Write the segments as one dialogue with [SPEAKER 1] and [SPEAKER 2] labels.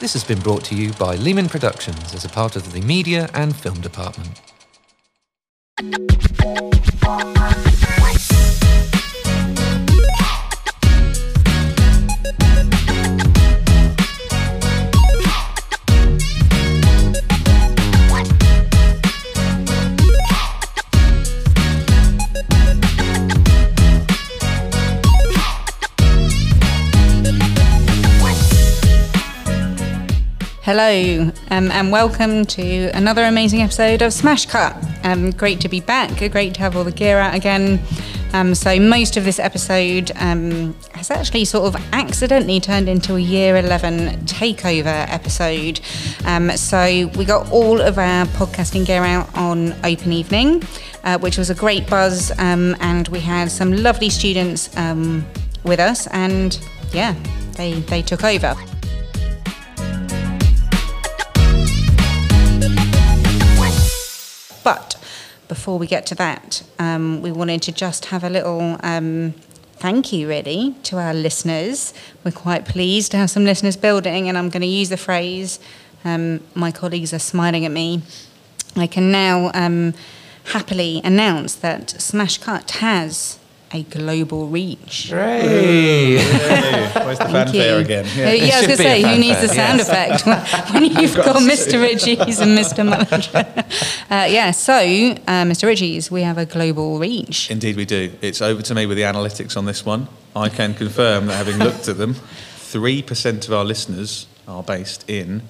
[SPEAKER 1] This has been brought to you by Lehman Productions as a part of the Media and Film Department.
[SPEAKER 2] Hello, um, and welcome to another amazing episode of Smash Cut. Um, great to be back. Great to have all the gear out again. Um, so most of this episode um, has actually sort of accidentally turned into a year 11 takeover episode. Um, so we got all of our podcasting gear out on open evening, uh, which was a great buzz, um, and we had some lovely students um, with us, and yeah, they they took over. But before we get to that, um, we wanted to just have a little um, thank you, really, to our listeners. We're quite pleased to have some listeners building, and I'm going to use the phrase um, my colleagues are smiling at me. I can now um, happily announce that Smash Cut has a global reach.
[SPEAKER 3] Where's the fanfare again?
[SPEAKER 2] Uh, Yeah,
[SPEAKER 3] Yeah.
[SPEAKER 2] I was
[SPEAKER 1] should
[SPEAKER 2] going to
[SPEAKER 1] be
[SPEAKER 2] say,
[SPEAKER 1] a
[SPEAKER 2] who needs the
[SPEAKER 1] fanfare,
[SPEAKER 2] sound effect when you've got Mr. Ritchie's and Mr. Mullinger? Uh, yeah, so uh, Mr. Ritchie's, we have a global reach.
[SPEAKER 3] Indeed, we do. It's over to me with the analytics on this one. I can confirm that having looked at them, 3% of our listeners are based in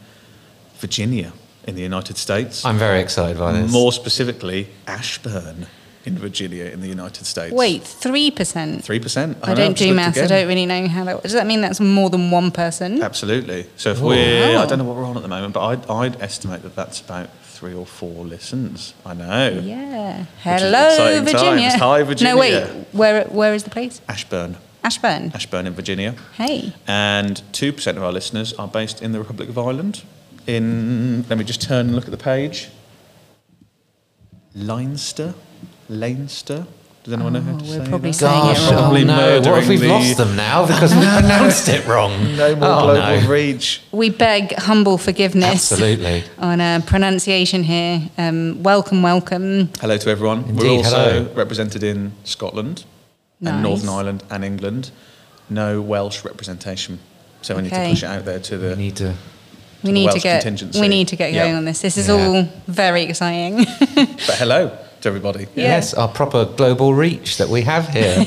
[SPEAKER 3] Virginia, in the United States.
[SPEAKER 1] I'm very excited by this.
[SPEAKER 3] More specifically, Ashburn, in Virginia, in the United States. Oh,
[SPEAKER 2] Wait, 3%?
[SPEAKER 3] 3%.
[SPEAKER 2] I
[SPEAKER 3] know,
[SPEAKER 2] don't
[SPEAKER 3] just
[SPEAKER 2] do
[SPEAKER 3] looked
[SPEAKER 2] maths. I
[SPEAKER 3] again.
[SPEAKER 2] don't really know how that. Does that mean that's more than one person?
[SPEAKER 3] Absolutely. So if we're,
[SPEAKER 2] Wow.
[SPEAKER 3] I don't know what we're on at the moment, but I'd, I'd estimate that that's about three or four listens. I know.
[SPEAKER 2] Yeah.
[SPEAKER 3] Which is
[SPEAKER 2] Hello,
[SPEAKER 3] exciting
[SPEAKER 2] Virginia.
[SPEAKER 3] times. Hi,
[SPEAKER 2] No, wait.
[SPEAKER 3] Virginia.
[SPEAKER 2] Where where is the place?
[SPEAKER 3] Ashburn.
[SPEAKER 2] Ashburn.
[SPEAKER 3] Ashburn in Virginia.
[SPEAKER 2] Hey.
[SPEAKER 3] and 2% of our listeners are based in the Republic of Ireland. In let me just turn and look at the page. Leinster, Leinster. Does anyone know how to
[SPEAKER 2] Oh,
[SPEAKER 3] say
[SPEAKER 2] we're probably
[SPEAKER 3] that?
[SPEAKER 2] saying it
[SPEAKER 1] Gosh,
[SPEAKER 2] wrong.
[SPEAKER 1] oh
[SPEAKER 3] Probably
[SPEAKER 1] no. What if
[SPEAKER 3] murdering
[SPEAKER 1] we've
[SPEAKER 3] the-
[SPEAKER 1] lost them now because we pronounced it wrong?
[SPEAKER 3] No more
[SPEAKER 1] oh,
[SPEAKER 3] global
[SPEAKER 1] no.
[SPEAKER 3] reach.
[SPEAKER 2] We beg humble forgiveness.
[SPEAKER 1] Absolutely.
[SPEAKER 2] On uh, pronunciation here. Um, welcome, welcome.
[SPEAKER 3] Hello to everyone. We're
[SPEAKER 1] Indeed,
[SPEAKER 3] also
[SPEAKER 1] hello.
[SPEAKER 3] represented in Scotland
[SPEAKER 2] Nice.
[SPEAKER 3] and Northern Ireland and England. No Welsh representation. So we need
[SPEAKER 2] Okay.
[SPEAKER 3] to push it out there to
[SPEAKER 1] We
[SPEAKER 3] the
[SPEAKER 1] need to.
[SPEAKER 2] We
[SPEAKER 3] the
[SPEAKER 2] need to
[SPEAKER 3] Welsh
[SPEAKER 2] get
[SPEAKER 3] contingency.
[SPEAKER 2] we need to get
[SPEAKER 3] Yeah.
[SPEAKER 2] going on this. This is
[SPEAKER 1] Yeah.
[SPEAKER 2] all very exciting.
[SPEAKER 3] But hello to everybody.
[SPEAKER 2] Yeah.
[SPEAKER 1] Yes, our proper global reach that we have here.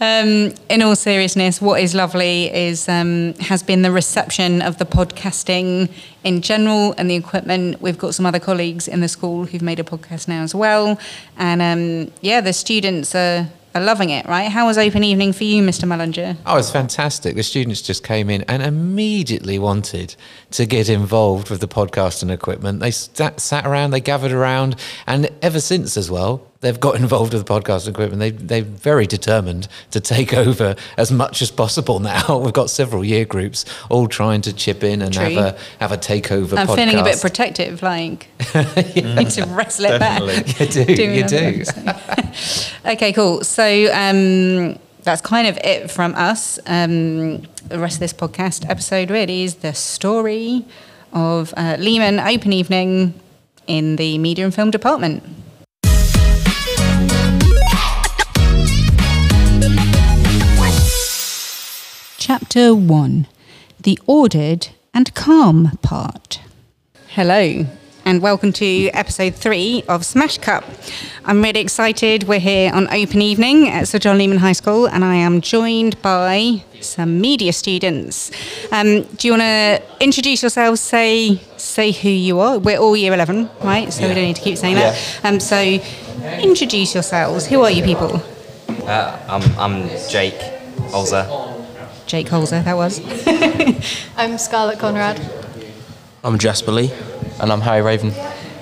[SPEAKER 2] Um, in all seriousness, what is lovely is um, has been the reception of the podcasting in general and the equipment. We've got some other colleagues in the school who've made a podcast now as well, and um, yeah, the students are, are loving it. Right? How was open evening for you, Mr. Mullinger?
[SPEAKER 1] Oh, it's fantastic. The students just came in and immediately wanted to get involved with the podcast and equipment. They sat, sat around, they gathered around, and ever since as well, they've got involved with the podcast and equipment. They, they're very determined to take over as much as possible now. We've got several year groups all trying to chip in and
[SPEAKER 2] True.
[SPEAKER 1] have a, have a takeover
[SPEAKER 2] I'm
[SPEAKER 1] podcast.
[SPEAKER 2] feeling a bit protective, like need to wrestle it back.
[SPEAKER 3] Definitely.
[SPEAKER 1] you do,
[SPEAKER 2] Do
[SPEAKER 1] you
[SPEAKER 2] another
[SPEAKER 1] do.
[SPEAKER 2] episode. okay, cool. So um, that's kind of it from us. Um, the rest of this podcast episode really is the story of uh, Lehman Open Evening in the Media and Film Department. Chapter 1 The Ordered and Calm Part. Hello, and welcome to episode three of Smash Cup. I'm really excited. We're here on open evening at Sir John Lehman High School, and I am joined by some media students. Um, do you want to introduce yourselves? Say say who you are. We're all year eleven, right? So we don't need to keep saying that. Um, so introduce yourselves. Who are you people?
[SPEAKER 4] I'm, I'm Jake Olzer.
[SPEAKER 2] Jake Holzer, that was.
[SPEAKER 5] I'm Scarlett Conrad.
[SPEAKER 6] I'm Jasper Lee, and I'm Harry Raven.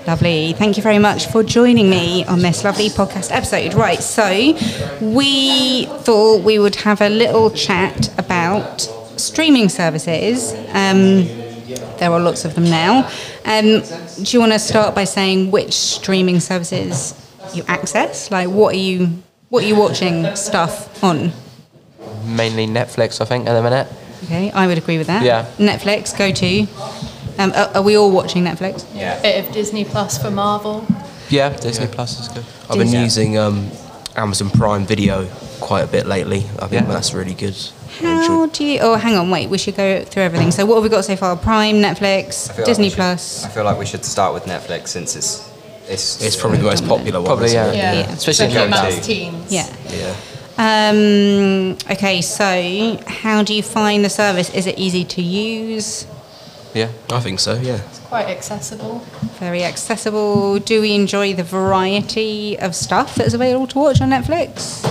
[SPEAKER 2] Lovely. Thank you very much for joining me on this lovely podcast episode. Right, so we thought we would have a little chat about streaming services. Um, there are lots of them now. Um, do you want to start by saying which streaming services you access? Like, what are you what are you watching stuff on?
[SPEAKER 6] Mainly Netflix, I think, at the minute.
[SPEAKER 2] Okay, I would agree with that.
[SPEAKER 6] Yeah.
[SPEAKER 2] Netflix, go to. Um, are, are we all watching Netflix?
[SPEAKER 4] Yeah.
[SPEAKER 5] Bit of Disney Plus for Marvel.
[SPEAKER 6] Yeah, Disney Plus is good. I've
[SPEAKER 2] Disney.
[SPEAKER 6] been using um, Amazon Prime Video quite a bit lately. I think that's really good. I
[SPEAKER 2] How
[SPEAKER 6] enjoy-
[SPEAKER 2] do you? Oh, hang on, wait. We should go through everything. So, what have we got so far? Prime, Netflix,
[SPEAKER 4] I feel like
[SPEAKER 2] Disney
[SPEAKER 4] we should-
[SPEAKER 2] Plus.
[SPEAKER 4] I feel like we should start with Netflix since it's it's
[SPEAKER 6] It's probably the most popular one.
[SPEAKER 1] Probably,
[SPEAKER 6] isn't
[SPEAKER 1] yeah.
[SPEAKER 6] it?
[SPEAKER 2] Yeah.
[SPEAKER 1] Especially
[SPEAKER 5] Especially
[SPEAKER 4] Go-To.
[SPEAKER 5] amongst teens.
[SPEAKER 2] Yeah.
[SPEAKER 6] Yeah.
[SPEAKER 2] Um, okay, so how do you find the service? Is it easy to use?
[SPEAKER 6] Yeah. I think so, yeah.
[SPEAKER 5] It's quite accessible.
[SPEAKER 2] Very accessible? Do we enjoy the variety of stuff that's available to watch on Netflix?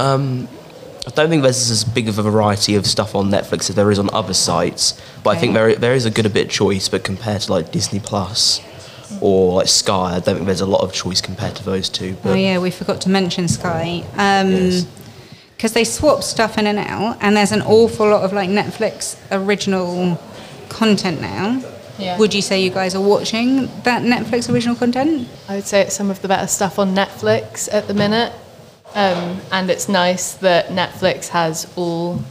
[SPEAKER 6] I don't think there's as big of a variety of stuff on Netflix as there is on other sites, but I think there there is a good bit of choice. But compared to like Disney Plus or like Sky, I don't think there's a lot of choice compared to those two. But
[SPEAKER 2] Oh yeah, we forgot to mention Sky. Um 'cause
[SPEAKER 6] Yes.
[SPEAKER 2] because they swap stuff in and out, and there's an awful lot of like Netflix original content now.
[SPEAKER 5] Yeah.
[SPEAKER 2] Would you say you guys are watching that Netflix original content?
[SPEAKER 5] I would say it's some of the better stuff on Netflix at the minute. Um, and it's nice that Netflix has all,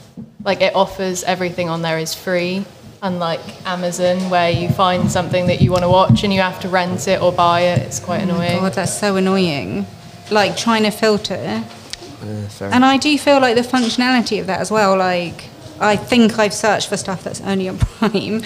[SPEAKER 5] like, it offers everything on there is free, unlike Amazon, where you find something that you want to watch and you have to rent it or buy it. It's quite annoying.
[SPEAKER 2] Oh God, that's so annoying. Like trying to filter.
[SPEAKER 6] Yeah, Uh, fair
[SPEAKER 2] And I do feel like the functionality of that as well. Like, I think I've searched for stuff that's only on Prime.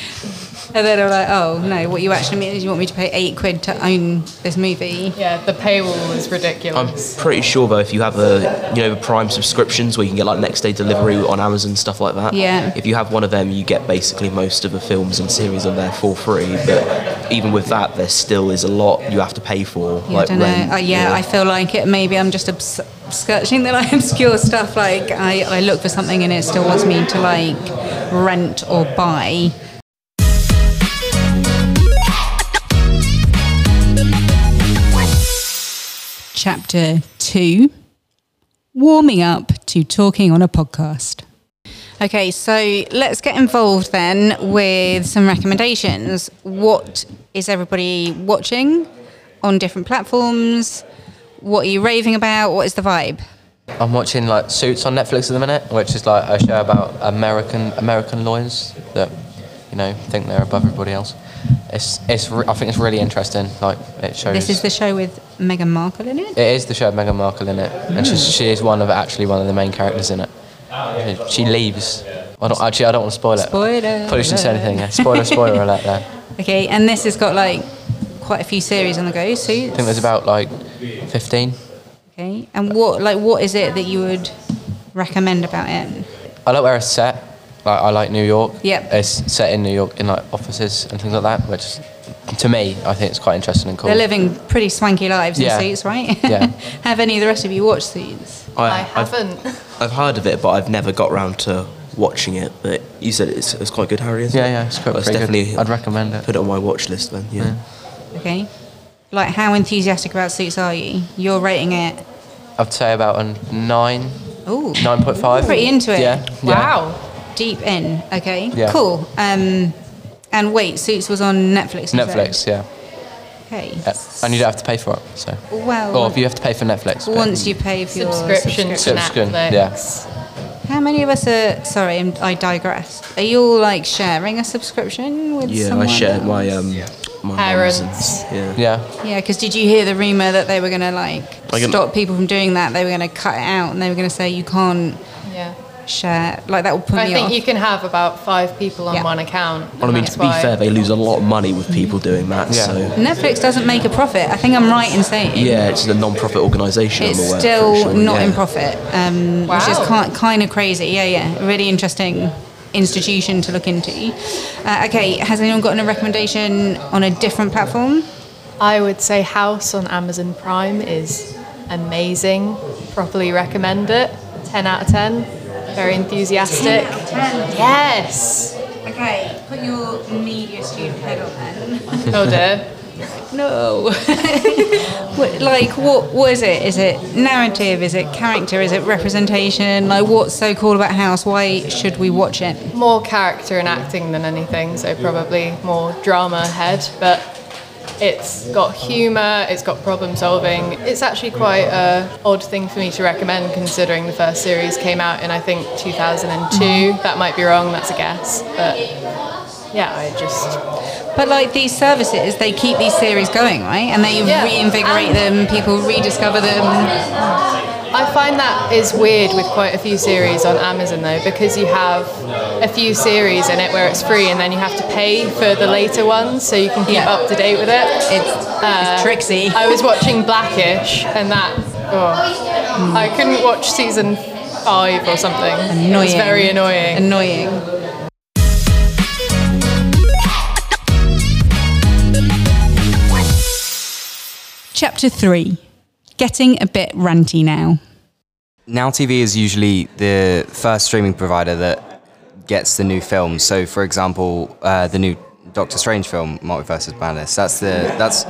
[SPEAKER 2] And then I'm like, oh no, what you actually mean is you want me to pay eight quid to own this movie.
[SPEAKER 5] Yeah, the paywall is
[SPEAKER 6] I'm
[SPEAKER 5] ridiculous.
[SPEAKER 6] pretty sure though, if you have a you know the Prime subscriptions where you can get like next day delivery on Amazon stuff like that.
[SPEAKER 2] Yeah.
[SPEAKER 6] If you have one of them, you get basically most of the films and series on there for free. But even with that, there still is a lot you have to pay for,
[SPEAKER 2] Yeah,
[SPEAKER 6] like
[SPEAKER 2] I don't know.
[SPEAKER 6] rent.
[SPEAKER 2] Uh, yeah, I feel like it. Maybe I'm just obs- skirting the like obscure stuff. Like I, I look for something and it still wants me to like rent or buy. Chapter two: Warming up to talking on a podcast. Okay, so let's get involved then with some recommendations. What is everybody watching on different platforms? What are you raving about? What is the vibe?
[SPEAKER 7] I'm watching like Suits on Netflix at the minute, which is like a show about American American lawyers that you know think they're above everybody else. It's it's re- I think it's really interesting. Like it shows.
[SPEAKER 2] This is the show with Meghan Markle in it.
[SPEAKER 7] it is the show of Meghan Markle in it, and she's, she is one of actually one of the main characters in it. She leaves. I don't, actually, I don't want to spoil it.
[SPEAKER 2] Spoiler
[SPEAKER 7] Probably shouldn't say
[SPEAKER 2] alert.
[SPEAKER 7] anything. Yeah. Spoiler, spoiler alert. There.
[SPEAKER 2] Okay, and this has got like quite a few series on the go. So
[SPEAKER 7] I think there's about like 15.
[SPEAKER 2] okay, and what like what is it that you would recommend about it?
[SPEAKER 7] I like where it's set. Like I like New York.
[SPEAKER 2] Yep.
[SPEAKER 7] It's set in New York in like offices and things like that, which to me I think it's quite interesting and cool.
[SPEAKER 2] They're living pretty swanky lives
[SPEAKER 7] Yeah.
[SPEAKER 2] in Suits, right?
[SPEAKER 7] Yeah.
[SPEAKER 2] Have any of the rest of you watched Suits?
[SPEAKER 5] I
[SPEAKER 6] I've-
[SPEAKER 5] haven't.
[SPEAKER 6] I've heard of it, but I've never got round to watching it. But you said it's, it's quite good, Harry. Isn't
[SPEAKER 7] Yeah,
[SPEAKER 6] it?
[SPEAKER 7] yeah, it's quite
[SPEAKER 6] Well,
[SPEAKER 7] pretty good.
[SPEAKER 6] definitely-
[SPEAKER 7] I'd recommend it.
[SPEAKER 6] Put it on my watch list then. Yeah.
[SPEAKER 2] Okay, like how enthusiastic about Suits are you? You're rating it.
[SPEAKER 7] I'd say about a nine,
[SPEAKER 2] Ooh,
[SPEAKER 7] nine point five.
[SPEAKER 2] pretty into it.
[SPEAKER 7] Yeah.
[SPEAKER 5] Wow.
[SPEAKER 2] deep in. Okay,
[SPEAKER 7] Yeah.
[SPEAKER 2] cool. Um, and wait, Suits was on Netflix. you
[SPEAKER 7] Yeah.
[SPEAKER 2] said?
[SPEAKER 7] Netflix. Yeah.
[SPEAKER 2] Okay.
[SPEAKER 7] yeah. And you don't have to pay for it. So.
[SPEAKER 2] Well,
[SPEAKER 7] Or if you have to pay for Netflix. but-
[SPEAKER 2] once you pay for your
[SPEAKER 5] Subscription to
[SPEAKER 7] Subscription,
[SPEAKER 5] Netflix.
[SPEAKER 2] How many of us are? Sorry, I'm, I digress. Are you all like sharing a subscription with
[SPEAKER 6] Yeah,
[SPEAKER 2] someone?
[SPEAKER 6] I shared my
[SPEAKER 2] else?
[SPEAKER 6] um my
[SPEAKER 5] Parents.
[SPEAKER 6] Amazons, Yeah.
[SPEAKER 7] Yeah.
[SPEAKER 2] Yeah, because did you hear the rumor that they were going to like
[SPEAKER 6] I can-
[SPEAKER 2] stop people from doing that? They were going to cut it out, and they were going to say you can't
[SPEAKER 5] Yeah.
[SPEAKER 2] share. Like that will put
[SPEAKER 5] I
[SPEAKER 2] me
[SPEAKER 5] think
[SPEAKER 2] off.
[SPEAKER 5] you can have about five people on
[SPEAKER 2] Yeah.
[SPEAKER 5] one account.
[SPEAKER 6] Well, I mean,
[SPEAKER 5] That's
[SPEAKER 6] to be
[SPEAKER 5] why-
[SPEAKER 6] fair, they lose a lot of money with people doing that.
[SPEAKER 7] Yeah.
[SPEAKER 6] So
[SPEAKER 2] Netflix doesn't make a profit. I think I'm right in saying.
[SPEAKER 6] yeah, it's a non-profit organisation.
[SPEAKER 2] It's
[SPEAKER 6] I'm aware,
[SPEAKER 2] still
[SPEAKER 6] pretty sure,
[SPEAKER 2] not
[SPEAKER 6] yeah.
[SPEAKER 2] in profit, um, which is
[SPEAKER 5] Wow.
[SPEAKER 2] kind, kind of crazy. Yeah, yeah. Really interesting institution to look into. Uh, okay, has anyone gotten a recommendation on a different platform?
[SPEAKER 5] I would say House on Amazon Prime is amazing. Properly recommend it. 10 out of 10. Very enthusiastic. Yes!
[SPEAKER 2] Okay, put your media student head on then.
[SPEAKER 5] Oh dear.
[SPEAKER 2] No. what, like, what, what is it? Is it narrative? Is it character? Is it representation? Like, what's so cool about House? Why should we watch it?
[SPEAKER 5] More character and acting than anything, so probably more drama ahead, but It's got humour, it's got problem solving. It's actually quite a odd thing for me to recommend considering the first series came out in I think 2002.
[SPEAKER 2] Mm-hmm.
[SPEAKER 5] That might be wrong, that's a guess, but yeah, I just
[SPEAKER 2] But like these services, they keep these series going, right? And they
[SPEAKER 5] Yeah.
[SPEAKER 2] reinvigorate them. People rediscover them.
[SPEAKER 5] I find that is weird with quite a few series on Amazon though, because you have a few series in it where it's free, and then you have to pay for the later ones so you can keep
[SPEAKER 2] Yeah.
[SPEAKER 5] up to date with it.
[SPEAKER 2] It's, it's tricksy.
[SPEAKER 5] I was watching Blackish, and that oh, I couldn't watch season five or something. It was
[SPEAKER 2] Annoying.
[SPEAKER 5] very annoying.
[SPEAKER 2] Annoying. Chapter three. Getting a bit ranty now.
[SPEAKER 4] Now TV is usually the first streaming provider that gets the new film. So, for example, uh, the new Doctor Strange film, Multiverse of Madness. That's the that's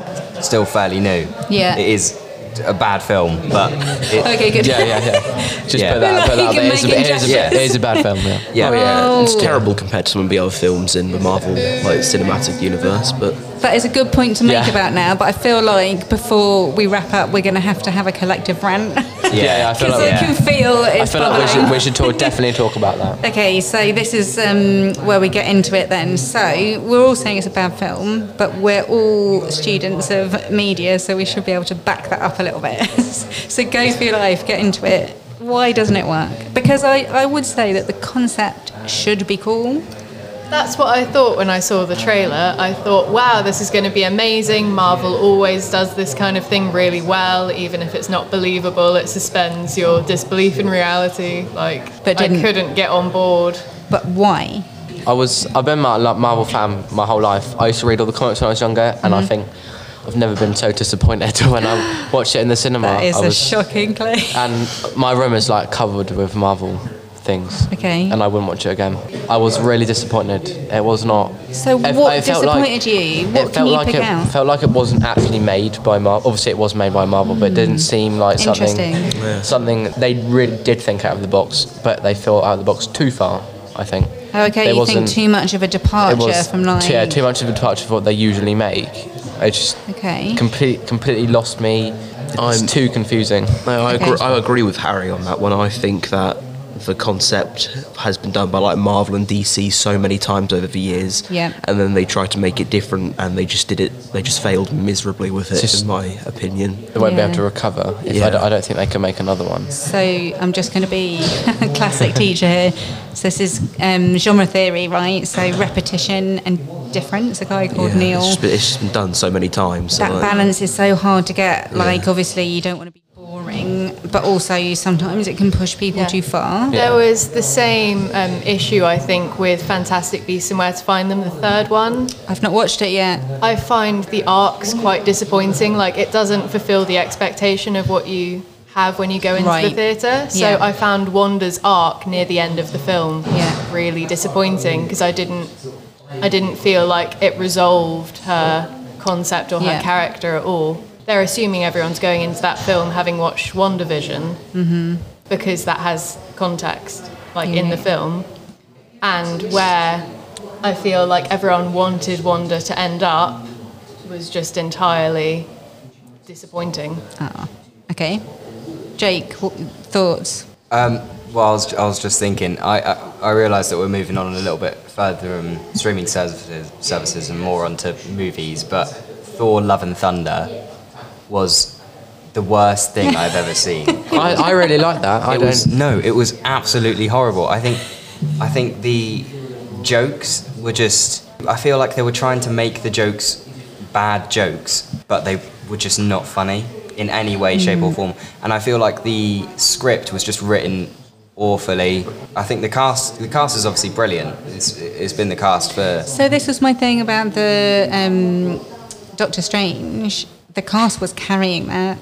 [SPEAKER 4] still fairly new.
[SPEAKER 2] Yeah.
[SPEAKER 4] it is a bad film, but it,
[SPEAKER 2] Okay, good.
[SPEAKER 7] Yeah, yeah, yeah. Just
[SPEAKER 4] Yeah.
[SPEAKER 7] put that, put that out
[SPEAKER 2] Like,
[SPEAKER 7] there. It is a,
[SPEAKER 2] making
[SPEAKER 7] it is a,
[SPEAKER 4] Yeah.
[SPEAKER 7] it is a bad film, yeah.
[SPEAKER 2] Oh.
[SPEAKER 4] yeah,
[SPEAKER 6] It's terrible compared to some of the other films in the Marvel like cinematic universe, but
[SPEAKER 2] That is a good point to make
[SPEAKER 7] Yeah.
[SPEAKER 2] about now, but I feel like before we wrap up, we're going to have to have a collective rant. Because
[SPEAKER 7] Yeah, yeah, I feel like,
[SPEAKER 2] I can feel
[SPEAKER 7] I
[SPEAKER 2] it's
[SPEAKER 7] feel like we
[SPEAKER 2] bubbling.
[SPEAKER 7] should, we should talk, definitely talk about that.
[SPEAKER 2] Okay, so this is um, where we get into it then. So we're all saying it's a bad film, but we're all students of media, so we should be able to back that up a little bit. so go through life, get into it. Why doesn't it work? Because I, I would say that the concept should be cool.
[SPEAKER 5] That's what I thought when I saw the trailer. I thought, wow, this is going to be amazing. Marvel always does this kind of thing really well, even if it's not believable, it suspends your disbelief in reality. Like,
[SPEAKER 2] But
[SPEAKER 5] I
[SPEAKER 2] didn't.
[SPEAKER 5] couldn't get on board.
[SPEAKER 2] But why?
[SPEAKER 7] I was, I've been a like, Marvel fan my whole life. I used to read all the comics when I was younger, and
[SPEAKER 2] Mm-hmm.
[SPEAKER 7] I think I've never been so disappointed when I watched it in the cinema.
[SPEAKER 2] That is
[SPEAKER 7] I
[SPEAKER 2] a
[SPEAKER 7] was-
[SPEAKER 2] shocking clue.
[SPEAKER 7] and my room is like covered with Marvel things.
[SPEAKER 2] Okay.
[SPEAKER 7] And I wouldn't watch it again. I was really disappointed. It was not.
[SPEAKER 2] So
[SPEAKER 7] it-
[SPEAKER 2] what
[SPEAKER 7] it felt like-
[SPEAKER 2] disappointed you? What
[SPEAKER 7] it
[SPEAKER 2] can
[SPEAKER 7] felt
[SPEAKER 2] you
[SPEAKER 7] like
[SPEAKER 2] pick
[SPEAKER 7] it
[SPEAKER 2] out?
[SPEAKER 7] felt like it wasn't actually made by Marvel. Obviously, it was made by Marvel, but it didn't seem like something
[SPEAKER 2] Mm. Interesting.
[SPEAKER 7] something they really did think out of the box. But they thought out of the box too far. I think.
[SPEAKER 2] Oh, okay,
[SPEAKER 7] There
[SPEAKER 2] you think
[SPEAKER 7] wasn't-
[SPEAKER 2] too much of a
[SPEAKER 7] it
[SPEAKER 2] departure
[SPEAKER 7] was
[SPEAKER 2] from like.
[SPEAKER 7] too, yeah, too much of a departure for what they usually make. It just
[SPEAKER 2] Okay.
[SPEAKER 7] complete, completely lost me. It's
[SPEAKER 6] I'm-
[SPEAKER 7] too confusing.
[SPEAKER 6] No, I,
[SPEAKER 2] Okay.
[SPEAKER 6] agree, I agree with Harry on that one. I think that the concept has been done by like Marvel and DC so many times over the years,
[SPEAKER 2] Yeah.
[SPEAKER 6] and then they tried to make it different, and they just did it. They just failed miserably with it,
[SPEAKER 7] Just-
[SPEAKER 6] in my opinion.
[SPEAKER 7] They won't be able
[SPEAKER 2] Yeah.
[SPEAKER 7] to recover. If
[SPEAKER 6] Yeah.
[SPEAKER 7] I, don't, I don't think they can make another one.
[SPEAKER 2] So I'm just going to be a classic teacher here. So this is um, genre theory, right? So repetition and difference. A guy called
[SPEAKER 6] Yeah,
[SPEAKER 2] Neil.
[SPEAKER 6] It's, just, been- it's just been done so many times. so
[SPEAKER 2] that
[SPEAKER 6] like-
[SPEAKER 2] balance is so hard to get. Like obviously you don't want to be boring, but also you- sometimes it can push people
[SPEAKER 5] Yeah.
[SPEAKER 2] too far.
[SPEAKER 5] There was the same um, issue, I think, with Fantastic Beasts and Where to Find Them, the third one.
[SPEAKER 2] I've not watched it yet.
[SPEAKER 5] I find the arcs quite disappointing. Like it doesn't fulfill the expectation of what you have when you go into
[SPEAKER 2] Right.
[SPEAKER 5] the theatre. So
[SPEAKER 2] Yeah.
[SPEAKER 5] I found Wanda's arc near the end of the film
[SPEAKER 2] Yeah.
[SPEAKER 5] really disappointing because I didn't I didn't feel like it resolved her concept or her
[SPEAKER 2] Yeah.
[SPEAKER 5] character at all. They're assuming everyone's going into that film having watched WandaVision because that has context like in the film and where I feel like everyone wanted Wanda to end up was just entirely disappointing.
[SPEAKER 2] Okay, Jake, what, thoughts?
[SPEAKER 4] Um, well, I was, I was just thinking, I, I, I realised that we're moving on a little bit further from streaming services, services and more onto movies, but Thor Love and Thunder was the worst thing I've ever seen.
[SPEAKER 7] I, I really like that. I
[SPEAKER 4] it
[SPEAKER 7] don't.
[SPEAKER 4] was, no, it was absolutely horrible. I think, I think the jokes were just, I feel like they were trying to make the jokes bad jokes, but they were just not funny in any way, shape,
[SPEAKER 7] Mm.
[SPEAKER 4] or form. And I feel like the script was just written awfully. I think the cast the cast is obviously brilliant. It's it's been the cast for
[SPEAKER 2] So this was my thing about the um, Doctor Strange. The cast was carrying that.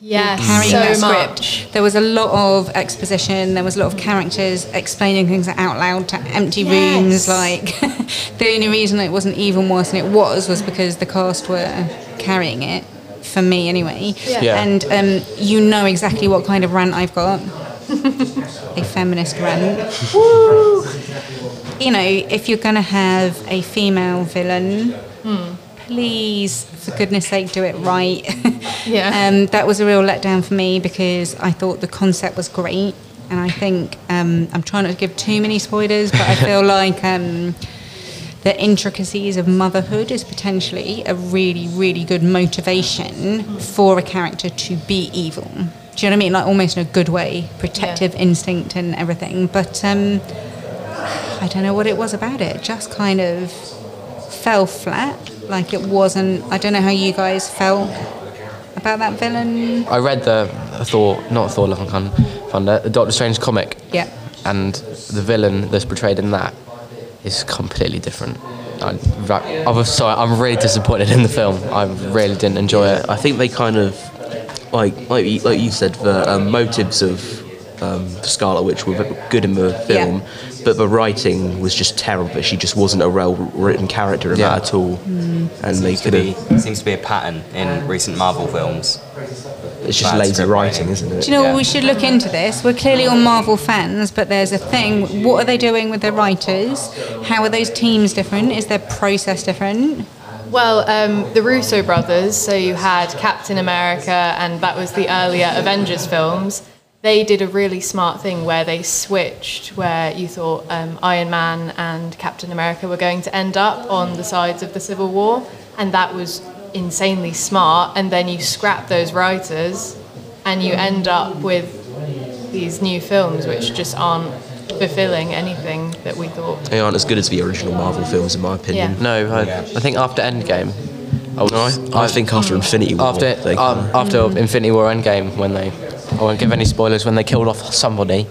[SPEAKER 5] Yes,
[SPEAKER 2] carrying that
[SPEAKER 5] so
[SPEAKER 2] script.
[SPEAKER 5] much.
[SPEAKER 2] There was a lot of exposition. There was a lot of characters explaining things out loud to empty rooms.
[SPEAKER 5] Yes.
[SPEAKER 2] Like the only reason it wasn't even worse than it was was because the cast were carrying it for me anyway.
[SPEAKER 7] Yeah.
[SPEAKER 2] And um, you know exactly what kind of rant I've got. a feminist rant. You know, if you're going to have a female villain. please, for goodness sake, do it right.
[SPEAKER 5] Yeah.
[SPEAKER 2] um, that was a real letdown for me because I thought the concept was great. And I think um, I'm trying not to give too many spoilers, but I feel like um, the intricacies of motherhood is potentially a really, really good motivation for a character to be evil. Do you know what I mean? Like almost in a good way, protective instinct and everything. But um, I don't know what it was about it. Just kind of fell flat. Like it wasn't. I don't know how you guys felt about that villain.
[SPEAKER 7] I read the Thor, not Thor Love and Thunder, the Doctor Strange comic.
[SPEAKER 2] Yeah.
[SPEAKER 7] And the villain that's portrayed in that is completely different. I, I was sorry, I'm really disappointed in the film. I really didn't enjoy it.
[SPEAKER 6] I think they kind of like like you, like you said the um, motives of um, Scarlet Witch were good in the film, but the writing was just terrible. She just wasn't a well written character in
[SPEAKER 7] Yeah.
[SPEAKER 6] that at all, and they
[SPEAKER 4] Seems to
[SPEAKER 6] could
[SPEAKER 4] be
[SPEAKER 6] have.
[SPEAKER 4] seems to be a pattern in recent Marvel films.
[SPEAKER 6] It's just
[SPEAKER 4] Bad
[SPEAKER 6] lazy
[SPEAKER 4] script
[SPEAKER 6] writing,
[SPEAKER 4] writing.
[SPEAKER 6] isn't it?
[SPEAKER 2] Do you know what?
[SPEAKER 4] Yeah.
[SPEAKER 2] We should look into this. We're clearly all Marvel fans, but there's a thing. What are they doing with their writers? How are those teams different? Is their process different?
[SPEAKER 5] Well, um, the Russo brothers, so you had Captain America, and that was the earlier Avengers films. They did a really smart thing where they switched, where you thought um, Iron Man and Captain America were going to end up on the sides of the Civil War, and that was insanely smart. And then you scrap those writers, and you end up with these new films which just aren't fulfilling anything that we thought.
[SPEAKER 6] They aren't as good as the original Marvel films, in my opinion.
[SPEAKER 5] Yeah.
[SPEAKER 7] No, I, I think after Endgame, I was,
[SPEAKER 6] I think after Infinity War,
[SPEAKER 7] after
[SPEAKER 6] they
[SPEAKER 7] um,
[SPEAKER 6] kinda-
[SPEAKER 7] after Infinity War Endgame, when they, I won't give any spoilers, when they killed off somebody.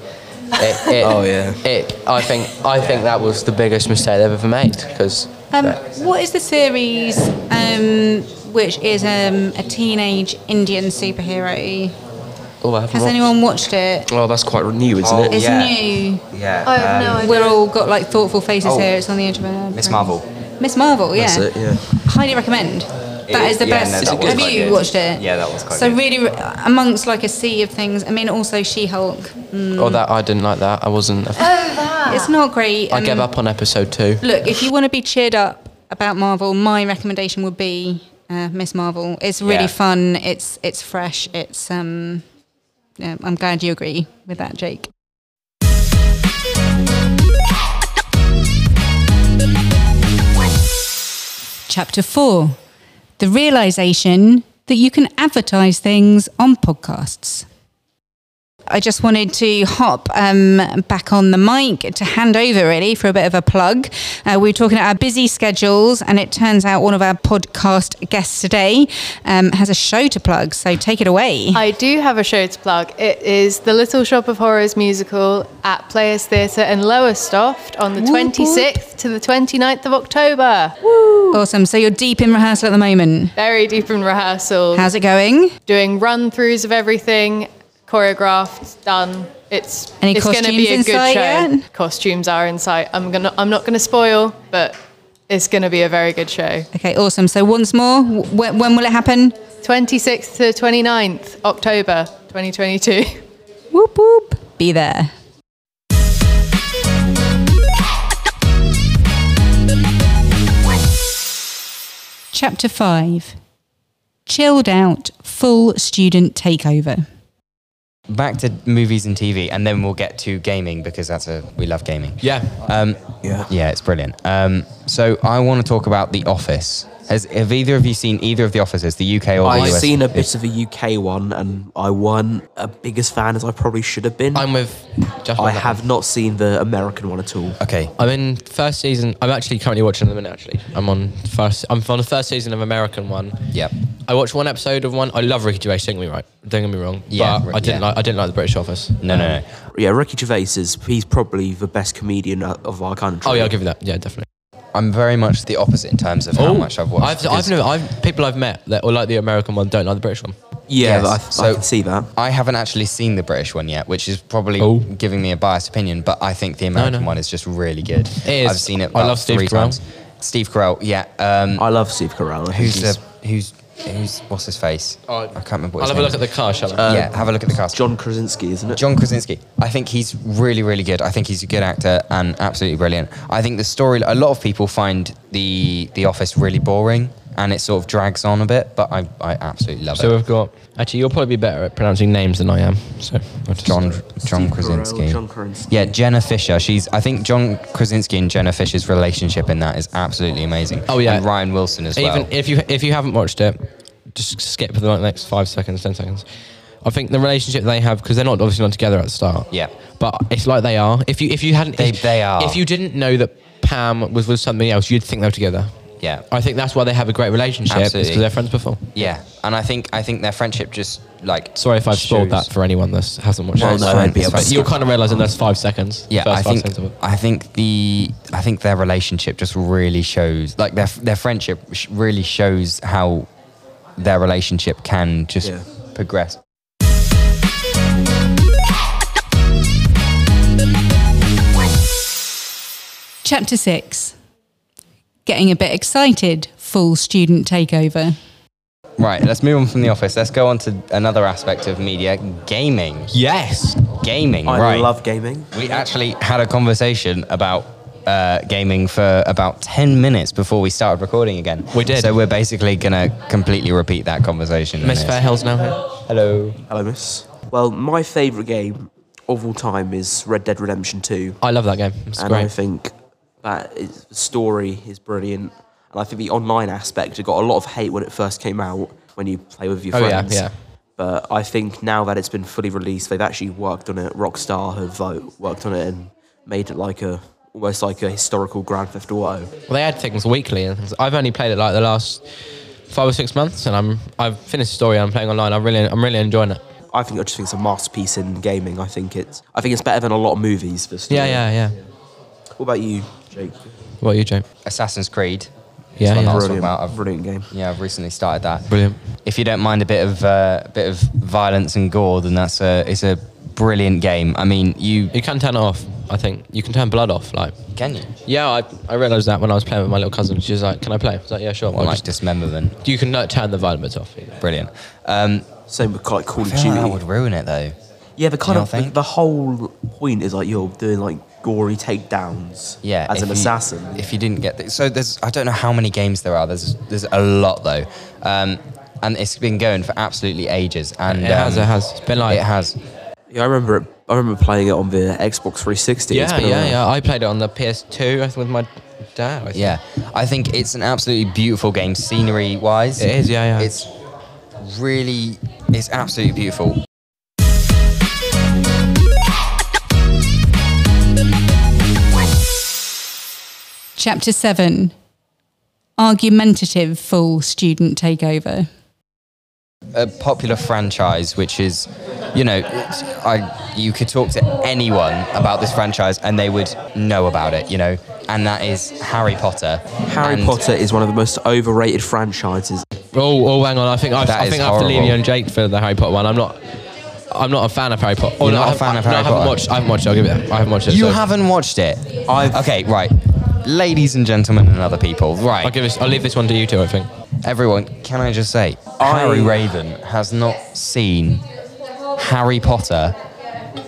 [SPEAKER 7] It, it,
[SPEAKER 6] Oh, yeah.
[SPEAKER 7] It, I think I think that was the biggest mistake they've ever made because
[SPEAKER 2] Um, what is the series um, which is um, a teenage Indian superhero?
[SPEAKER 7] oh, I haven't
[SPEAKER 2] Has
[SPEAKER 7] watched-
[SPEAKER 2] anyone watched it?
[SPEAKER 6] Well, that's quite new, isn't
[SPEAKER 4] Oh,
[SPEAKER 6] it?
[SPEAKER 2] It's
[SPEAKER 4] Yeah.
[SPEAKER 2] new.
[SPEAKER 4] Yeah.
[SPEAKER 5] I have no idea.
[SPEAKER 2] We're all got like thoughtful faces
[SPEAKER 4] Oh.
[SPEAKER 2] here. It's on the edge of our
[SPEAKER 4] Miss Marvel.
[SPEAKER 2] Miss Marvel, yeah.
[SPEAKER 6] That's it, yeah.
[SPEAKER 2] Highly recommend. That
[SPEAKER 4] It-
[SPEAKER 2] is the
[SPEAKER 4] yeah, no,
[SPEAKER 2] best.
[SPEAKER 4] that was
[SPEAKER 2] Have
[SPEAKER 4] quite
[SPEAKER 2] you
[SPEAKER 4] good.
[SPEAKER 2] watched it?
[SPEAKER 4] Yeah, that was quite
[SPEAKER 2] so
[SPEAKER 4] good.
[SPEAKER 2] really, re- amongst like a sea of things. I mean, also She-Hulk. Mm,
[SPEAKER 7] Oh, that I didn't like that. I wasn't. a f-
[SPEAKER 5] Ah.
[SPEAKER 2] It's not great.
[SPEAKER 7] I
[SPEAKER 2] Um,
[SPEAKER 7] gave up on episode two.
[SPEAKER 2] Look, if you want to be cheered up about Marvel, my recommendation would be uh, Miss Marvel. It's really
[SPEAKER 4] Yeah.
[SPEAKER 2] fun. It's it's fresh. It's um. Yeah, I'm glad you agree with that, Jake. Chapter 4 The Realization That You Can Advertise Things on Podcasts. I just wanted to hop um, back on the mic to hand over, really, for a bit of a plug. Uh, we were talking about our busy schedules, and it turns out one of our podcast guests today um, has a show to plug, so take it away.
[SPEAKER 5] I do have a show to plug. It is the Little Shop of Horrors musical at Players Theatre in Lowestoft on the
[SPEAKER 2] Whoop, whoop.
[SPEAKER 5] 26th to the 29th of October.
[SPEAKER 2] Awesome. So you're deep in rehearsal at the moment.
[SPEAKER 5] Very deep in rehearsal,
[SPEAKER 2] How's it going?
[SPEAKER 5] doing run throughs of everything, choreographed, done. It's
[SPEAKER 2] Any
[SPEAKER 5] it's going to
[SPEAKER 2] costumes
[SPEAKER 5] be a
[SPEAKER 2] in
[SPEAKER 5] good show.
[SPEAKER 2] sight yet?
[SPEAKER 5] Costumes are in sight. I'm gonna I'm not gonna spoil, but it's going to be a very good show.
[SPEAKER 2] Okay, awesome. So once more, wh- when will it happen?
[SPEAKER 5] 26th to 29th October 2022.
[SPEAKER 2] Whoop whoop. Be there. Chapter 5 Chilled Out Full Student Takeover.
[SPEAKER 4] Back to movies and TV, and then we'll get to gaming because that's a we love gaming.
[SPEAKER 7] Yeah.
[SPEAKER 4] Um, yeah. it's brilliant. Um, so I want to talk about The Office. Has, have either of you seen either of the offices, the UK or the
[SPEAKER 6] I've
[SPEAKER 4] US?
[SPEAKER 6] seen a bit of a UK one, and I won a biggest fan as I probably should have been.
[SPEAKER 7] I'm with. Just
[SPEAKER 6] I have not seen the American one at all.
[SPEAKER 4] Okay.
[SPEAKER 7] I'm in first season. I'm actually currently watching them in actually. I'm on first. I'm on the first season of American one.
[SPEAKER 4] Yep.
[SPEAKER 7] I watched one episode of one. I love Ricky Gervais. Don't get me right. Don't get me wrong.
[SPEAKER 4] Yeah,
[SPEAKER 7] But I didn't
[SPEAKER 4] yeah.
[SPEAKER 7] like. I didn't like the British Office.
[SPEAKER 4] No, no, no.
[SPEAKER 6] Yeah, Ricky Gervais is he's probably the best comedian o- of our country.
[SPEAKER 7] Oh yeah, I'll give you that. Yeah, definitely.
[SPEAKER 4] I'm very much the opposite in terms of how
[SPEAKER 7] Oh,
[SPEAKER 4] much I've watched.
[SPEAKER 7] I've,
[SPEAKER 4] because-
[SPEAKER 7] I've, never, I've people I've met that or like the American one don't like the British one.
[SPEAKER 6] Yeah,
[SPEAKER 4] Yes.
[SPEAKER 6] I, I
[SPEAKER 4] So-
[SPEAKER 6] can see that.
[SPEAKER 4] I haven't actually seen the British one yet, which is probably
[SPEAKER 7] Oh.
[SPEAKER 4] giving me a biased opinion, but I think the American
[SPEAKER 7] no.
[SPEAKER 4] one is just really good.
[SPEAKER 7] It is.
[SPEAKER 4] I've seen it.
[SPEAKER 7] I
[SPEAKER 4] about
[SPEAKER 7] love Steve
[SPEAKER 4] three
[SPEAKER 7] Carell.
[SPEAKER 4] times. Steve Carell, yeah. Um,
[SPEAKER 6] I love Steve Carell. I think
[SPEAKER 4] who's
[SPEAKER 6] he's-
[SPEAKER 4] the who's who's what's his face? I can't remember. What
[SPEAKER 7] Oh, I'll
[SPEAKER 4] his
[SPEAKER 7] have a
[SPEAKER 4] name
[SPEAKER 7] look at the uh,
[SPEAKER 4] is. Uh,
[SPEAKER 7] car, shall I?
[SPEAKER 4] yeah, have a look at the cast.
[SPEAKER 6] John Krasinski, isn't it?
[SPEAKER 4] John Krasinski. I think he's really, really good. I think he's a good actor and absolutely brilliant. I think the story. A lot of people find the The Office really boring, and it sort of drags on a bit, but I, I absolutely love
[SPEAKER 7] So
[SPEAKER 4] it.
[SPEAKER 7] we've got. Actually, you'll probably be better at pronouncing names than I am. So I'll just-
[SPEAKER 4] John John Krasinski.
[SPEAKER 6] John Krasinski.
[SPEAKER 4] Yeah, Jenna Fisher. She's I think John Krasinski and Jenna Fisher's relationship in that is absolutely amazing.
[SPEAKER 7] Oh, yeah.
[SPEAKER 4] and Ryan Wilson as well.
[SPEAKER 7] Even if you if you haven't watched it, just skip for the next five seconds, ten seconds. I think the relationship they have because they're not obviously not together at the start.
[SPEAKER 4] Yeah.
[SPEAKER 7] but it's like they are. If you if you hadn't
[SPEAKER 4] They-
[SPEAKER 7] if,
[SPEAKER 4] they are.
[SPEAKER 7] If you didn't know that Pam was with something else, you'd think they were together.
[SPEAKER 4] Yeah.
[SPEAKER 7] I think that's why they have a great relationship.
[SPEAKER 4] Absolutely.
[SPEAKER 7] because they're friends before.
[SPEAKER 4] yeah, and I think I think their friendship just like
[SPEAKER 7] Sorry if I've spoiled
[SPEAKER 4] shows-
[SPEAKER 7] that for anyone that hasn't watched
[SPEAKER 4] Well,
[SPEAKER 7] it.
[SPEAKER 4] no, It's that'd be fine. a
[SPEAKER 7] but
[SPEAKER 4] bit-
[SPEAKER 7] you're kind of realizing that's five seconds.
[SPEAKER 4] Yeah,
[SPEAKER 7] first
[SPEAKER 4] I
[SPEAKER 7] five
[SPEAKER 4] think
[SPEAKER 7] seconds of it.
[SPEAKER 4] I think the I think their relationship just really shows like their their friendship sh- really shows how their relationship can just
[SPEAKER 6] Yeah.
[SPEAKER 4] progress.
[SPEAKER 2] Chapter 6 Getting a bit excited, full student takeover.
[SPEAKER 4] Right, let's move on from the office. Let's go on to another aspect of media, gaming.
[SPEAKER 7] Yes.
[SPEAKER 4] Gaming,
[SPEAKER 6] I
[SPEAKER 4] right?
[SPEAKER 6] love gaming.
[SPEAKER 4] We actually had a conversation about uh, gaming for about 10 minutes before we started recording again.
[SPEAKER 7] We did.
[SPEAKER 4] So we're basically going to completely repeat that conversation. in
[SPEAKER 7] Miss
[SPEAKER 4] this.
[SPEAKER 7] Fairhill's now here.
[SPEAKER 4] Hello.
[SPEAKER 6] Hello, miss. Well, my favourite game of all time is Red Dead Redemption 2.
[SPEAKER 7] I love that game. It's
[SPEAKER 6] and I
[SPEAKER 7] great.
[SPEAKER 6] think that is, the story is brilliant. And I think the online aspect, it got a lot of hate when it first came out when you play with your
[SPEAKER 7] Oh, yeah,
[SPEAKER 6] friends.
[SPEAKER 7] yeah.
[SPEAKER 6] But I think now that it's been fully released, they've actually worked on it. Rockstar have like, worked on it and made it like a almost like a historical Grand Theft Auto.
[SPEAKER 7] Well, they add things weekly and things. I've only played it like the last five or six months, and I'm I've finished the story. I'm playing online. I'm really I'm really enjoying it.
[SPEAKER 6] I think I just think it's a masterpiece in gaming. I think it's I think it's better than a lot of movies. The story.
[SPEAKER 7] Yeah, yeah, yeah.
[SPEAKER 6] What about you, Jake?
[SPEAKER 7] What are you, Joe?
[SPEAKER 4] Assassin's Creed. It's
[SPEAKER 7] Yeah,
[SPEAKER 4] one
[SPEAKER 7] yeah.
[SPEAKER 4] I was talking
[SPEAKER 6] Brilliant,
[SPEAKER 4] about. I've-
[SPEAKER 6] brilliant game.
[SPEAKER 4] Yeah, I've recently started that.
[SPEAKER 7] Brilliant.
[SPEAKER 4] If you don't mind a bit of uh, bit of violence and gore, then that's a it's a brilliant game. I mean, you
[SPEAKER 7] You can turn it off. I think you can turn blood off. Like,
[SPEAKER 4] can you
[SPEAKER 7] yeah, I I realized that when I was playing with my little cousin. She was like, "Can I play?" I was like, "Yeah, sure."
[SPEAKER 4] or
[SPEAKER 7] I
[SPEAKER 4] like
[SPEAKER 7] just-
[SPEAKER 4] dismemberment.
[SPEAKER 7] you can like, turn the violent bits off.
[SPEAKER 4] Brilliant. Um,
[SPEAKER 6] Same with like Call
[SPEAKER 4] I
[SPEAKER 6] of
[SPEAKER 4] feel
[SPEAKER 6] Duty.
[SPEAKER 4] like that would ruin it though.
[SPEAKER 6] Yeah, the kind
[SPEAKER 4] You
[SPEAKER 6] of
[SPEAKER 4] don't
[SPEAKER 6] the,
[SPEAKER 4] think?
[SPEAKER 6] the whole point is like you're doing like gory takedowns.
[SPEAKER 4] Yeah,
[SPEAKER 6] as
[SPEAKER 4] if
[SPEAKER 6] an
[SPEAKER 4] you-
[SPEAKER 6] assassin.
[SPEAKER 4] If you didn't get the, so there's I don't know how many games there are. There's there's a lot though, um, and it's been going for absolutely ages. And
[SPEAKER 7] It has,
[SPEAKER 4] um,
[SPEAKER 7] it has. It's been like-
[SPEAKER 4] it has.
[SPEAKER 6] yeah, I remember it. I remember playing it on the Xbox 360. It's
[SPEAKER 7] Yeah,
[SPEAKER 6] been a
[SPEAKER 7] yeah,
[SPEAKER 6] while.
[SPEAKER 7] yeah. I played it on the PS2 I think, with my dad. I think.
[SPEAKER 4] Yeah, I think it's an absolutely beautiful game, scenery wise.
[SPEAKER 7] It is, yeah, yeah.
[SPEAKER 4] It's really, it's absolutely beautiful.
[SPEAKER 2] Chapter 7 Argumentative, full student takeover.
[SPEAKER 4] a popular franchise, which is, you know, it's- I you could talk to anyone about this franchise and they would know about it, you know, and that is Harry Potter.
[SPEAKER 6] Harry
[SPEAKER 4] And
[SPEAKER 6] Potter is one of the most overrated franchises.
[SPEAKER 7] Oh, oh, hang on. I think I've,
[SPEAKER 4] That
[SPEAKER 7] I
[SPEAKER 4] is
[SPEAKER 7] think I have to leave
[SPEAKER 4] horrible.
[SPEAKER 7] you and Jake for the Harry Potter one. I'm not. I'm not a fan of Harry Potter. Oh,
[SPEAKER 4] You're
[SPEAKER 7] no,
[SPEAKER 4] not
[SPEAKER 7] I
[SPEAKER 4] a
[SPEAKER 7] haven't-
[SPEAKER 4] fan of
[SPEAKER 7] no,
[SPEAKER 4] Harry
[SPEAKER 7] I haven't
[SPEAKER 4] Potter?
[SPEAKER 7] watched. I haven't watched it. I'll give it. I haven't watched it.
[SPEAKER 4] You
[SPEAKER 7] so-
[SPEAKER 4] haven't watched it.
[SPEAKER 6] I've-
[SPEAKER 4] okay, right, ladies and gentlemen, and other people, right?
[SPEAKER 7] I'll give this. I'll leave this one to you two. I think.
[SPEAKER 4] Everyone, can I just say,
[SPEAKER 6] I-
[SPEAKER 4] Harry Raven has not seen Harry Potter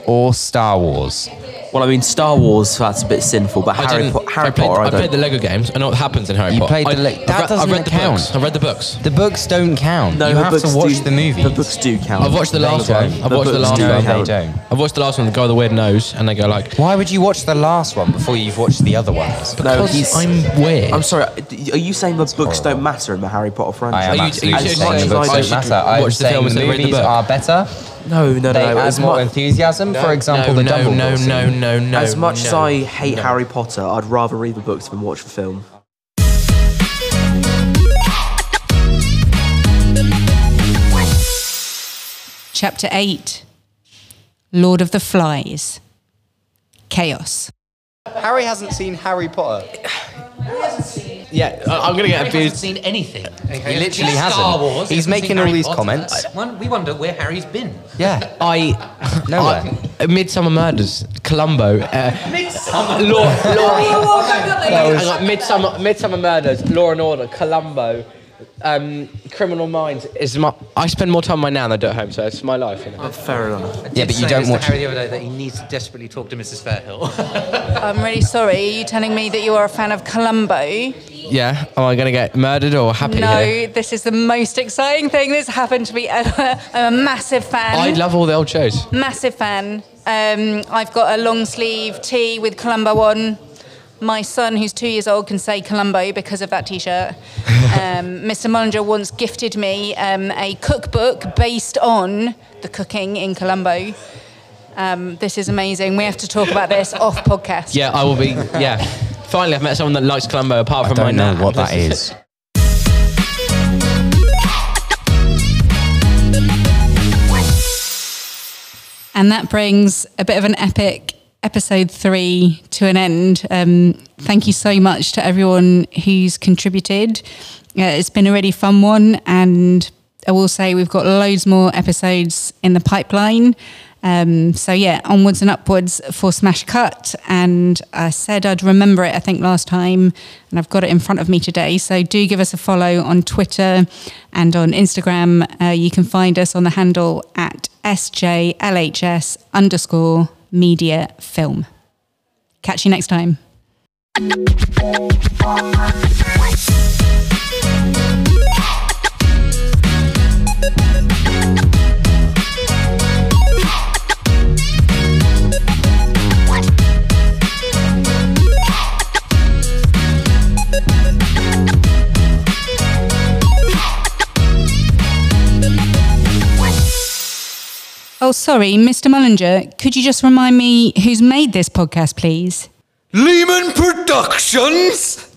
[SPEAKER 4] or Star Wars.
[SPEAKER 6] Well, I mean, Star Wars. That's a bit sinful, but Harry,
[SPEAKER 7] didn't-
[SPEAKER 6] po- Harry
[SPEAKER 7] I played,
[SPEAKER 6] Potter.
[SPEAKER 7] I,
[SPEAKER 6] I don't.
[SPEAKER 7] played the Lego games. I know what happens in Harry
[SPEAKER 4] You
[SPEAKER 7] Potter.
[SPEAKER 4] played
[SPEAKER 7] I,
[SPEAKER 4] the Le-
[SPEAKER 7] I've
[SPEAKER 4] that doesn't
[SPEAKER 7] I've read
[SPEAKER 4] count.
[SPEAKER 7] The books. I've read the books.
[SPEAKER 4] The books don't count. you
[SPEAKER 6] the
[SPEAKER 4] have
[SPEAKER 6] books
[SPEAKER 4] to watch
[SPEAKER 6] do,
[SPEAKER 4] the movies.
[SPEAKER 6] The books do count.
[SPEAKER 7] I've watched the
[SPEAKER 4] They
[SPEAKER 7] last
[SPEAKER 4] don't.
[SPEAKER 7] one. I've
[SPEAKER 6] The
[SPEAKER 7] watched the
[SPEAKER 6] books
[SPEAKER 7] last
[SPEAKER 6] do
[SPEAKER 7] one.
[SPEAKER 4] No, they
[SPEAKER 6] count.
[SPEAKER 4] don't.
[SPEAKER 7] I've watched the last one. The guy with the weird nose, and they go like,
[SPEAKER 4] Why would you watch the last one before you've watched the other ones?
[SPEAKER 6] No, he's.
[SPEAKER 7] "Because I'm weird."
[SPEAKER 6] I'm sorry. Are you saying the books don't matter in the Harry Potter
[SPEAKER 4] I am
[SPEAKER 6] franchise?
[SPEAKER 7] you- are
[SPEAKER 4] absolutely
[SPEAKER 7] you
[SPEAKER 4] saying
[SPEAKER 7] just
[SPEAKER 4] the
[SPEAKER 7] saying
[SPEAKER 4] books
[SPEAKER 7] I
[SPEAKER 4] don't
[SPEAKER 7] should
[SPEAKER 4] matter. I'm
[SPEAKER 7] watch the
[SPEAKER 4] saying
[SPEAKER 7] films
[SPEAKER 4] the
[SPEAKER 7] and read the
[SPEAKER 4] movies
[SPEAKER 7] book?
[SPEAKER 4] are better.
[SPEAKER 6] no, no,
[SPEAKER 4] They
[SPEAKER 6] no.
[SPEAKER 4] add
[SPEAKER 6] as
[SPEAKER 4] more
[SPEAKER 6] mu-
[SPEAKER 4] enthusiasm. For example, the
[SPEAKER 7] no, no,
[SPEAKER 4] Dumbledore
[SPEAKER 7] no,
[SPEAKER 4] scene.
[SPEAKER 7] no, no, no.
[SPEAKER 6] as much as
[SPEAKER 7] no.
[SPEAKER 6] I hate Harry Potter, I'd rather read the books than watch the film.
[SPEAKER 2] Chapter 8 Lord of the Flies. Chaos.
[SPEAKER 4] Harry hasn't seen Harry Potter.
[SPEAKER 7] yeah, I- I'm
[SPEAKER 1] Harry
[SPEAKER 7] gonna get
[SPEAKER 1] hasn't
[SPEAKER 7] abused.
[SPEAKER 1] seen anything.
[SPEAKER 4] He literally
[SPEAKER 1] Star
[SPEAKER 4] hasn't.
[SPEAKER 1] Wars,
[SPEAKER 4] He's
[SPEAKER 1] hasn't
[SPEAKER 4] making
[SPEAKER 1] seen
[SPEAKER 4] all
[SPEAKER 1] Harry
[SPEAKER 4] these
[SPEAKER 1] Potter.
[SPEAKER 4] comments.
[SPEAKER 1] I- one- we wonder where Harry's been.
[SPEAKER 4] Yeah.
[SPEAKER 7] I
[SPEAKER 4] Nowhere.
[SPEAKER 7] I- Midsummer Murders, Columbo, uh,
[SPEAKER 1] Midsummer.
[SPEAKER 7] Law, Law, Hang on, Midsummer, Midsummer Murders, Law and Order, Columbo, um, Criminal Minds is my. I spend more time on my nan than I do at home, so it's my life. You know?
[SPEAKER 6] Fair enough.
[SPEAKER 4] Yeah, but you don't watch.
[SPEAKER 1] Harry the other day that he needs to desperately talk to Mrs. Fairhill.
[SPEAKER 2] I'm really sorry. Are you telling me that you are a fan of Columbo?
[SPEAKER 8] Yeah. Am I gonna get murdered or happy?
[SPEAKER 2] no,
[SPEAKER 8] Here?
[SPEAKER 2] this is the most exciting thing that's happened to me ever. I'm a massive fan.
[SPEAKER 8] I love all the old shows.
[SPEAKER 2] Massive fan. Um, I've got a long sleeve tee with Columbo on. My son, who's two years old, can say Columbo because of that t shirt. Um, Mr. Mullinger once gifted me um, a cookbook based on the cooking in Colombo. Um, this is amazing. We have to talk about this off podcast.
[SPEAKER 8] Yeah, I will be. Yeah. Finally, I've met someone that likes Columbo apart from my
[SPEAKER 1] don't know
[SPEAKER 8] nan.
[SPEAKER 1] what that is.
[SPEAKER 2] And that brings a bit of an epic episode three to an end. Um, thank you so much to everyone who's contributed. Uh, it's been a really fun one. And I will say we've got loads more episodes in the pipeline. Um, so, yeah, onwards and upwards for Smash Cut. And I said I'd remember it, I think, last time. And I've got it in front of me today. So, do give us a follow on Twitter and on Instagram. Uh, you can find us on the handle at SJLHS underscore media film. Catch you next time. Oh, sorry, Mr. Mullinger, could you just remind me who's made this podcast, please?
[SPEAKER 9] Lehman Productions?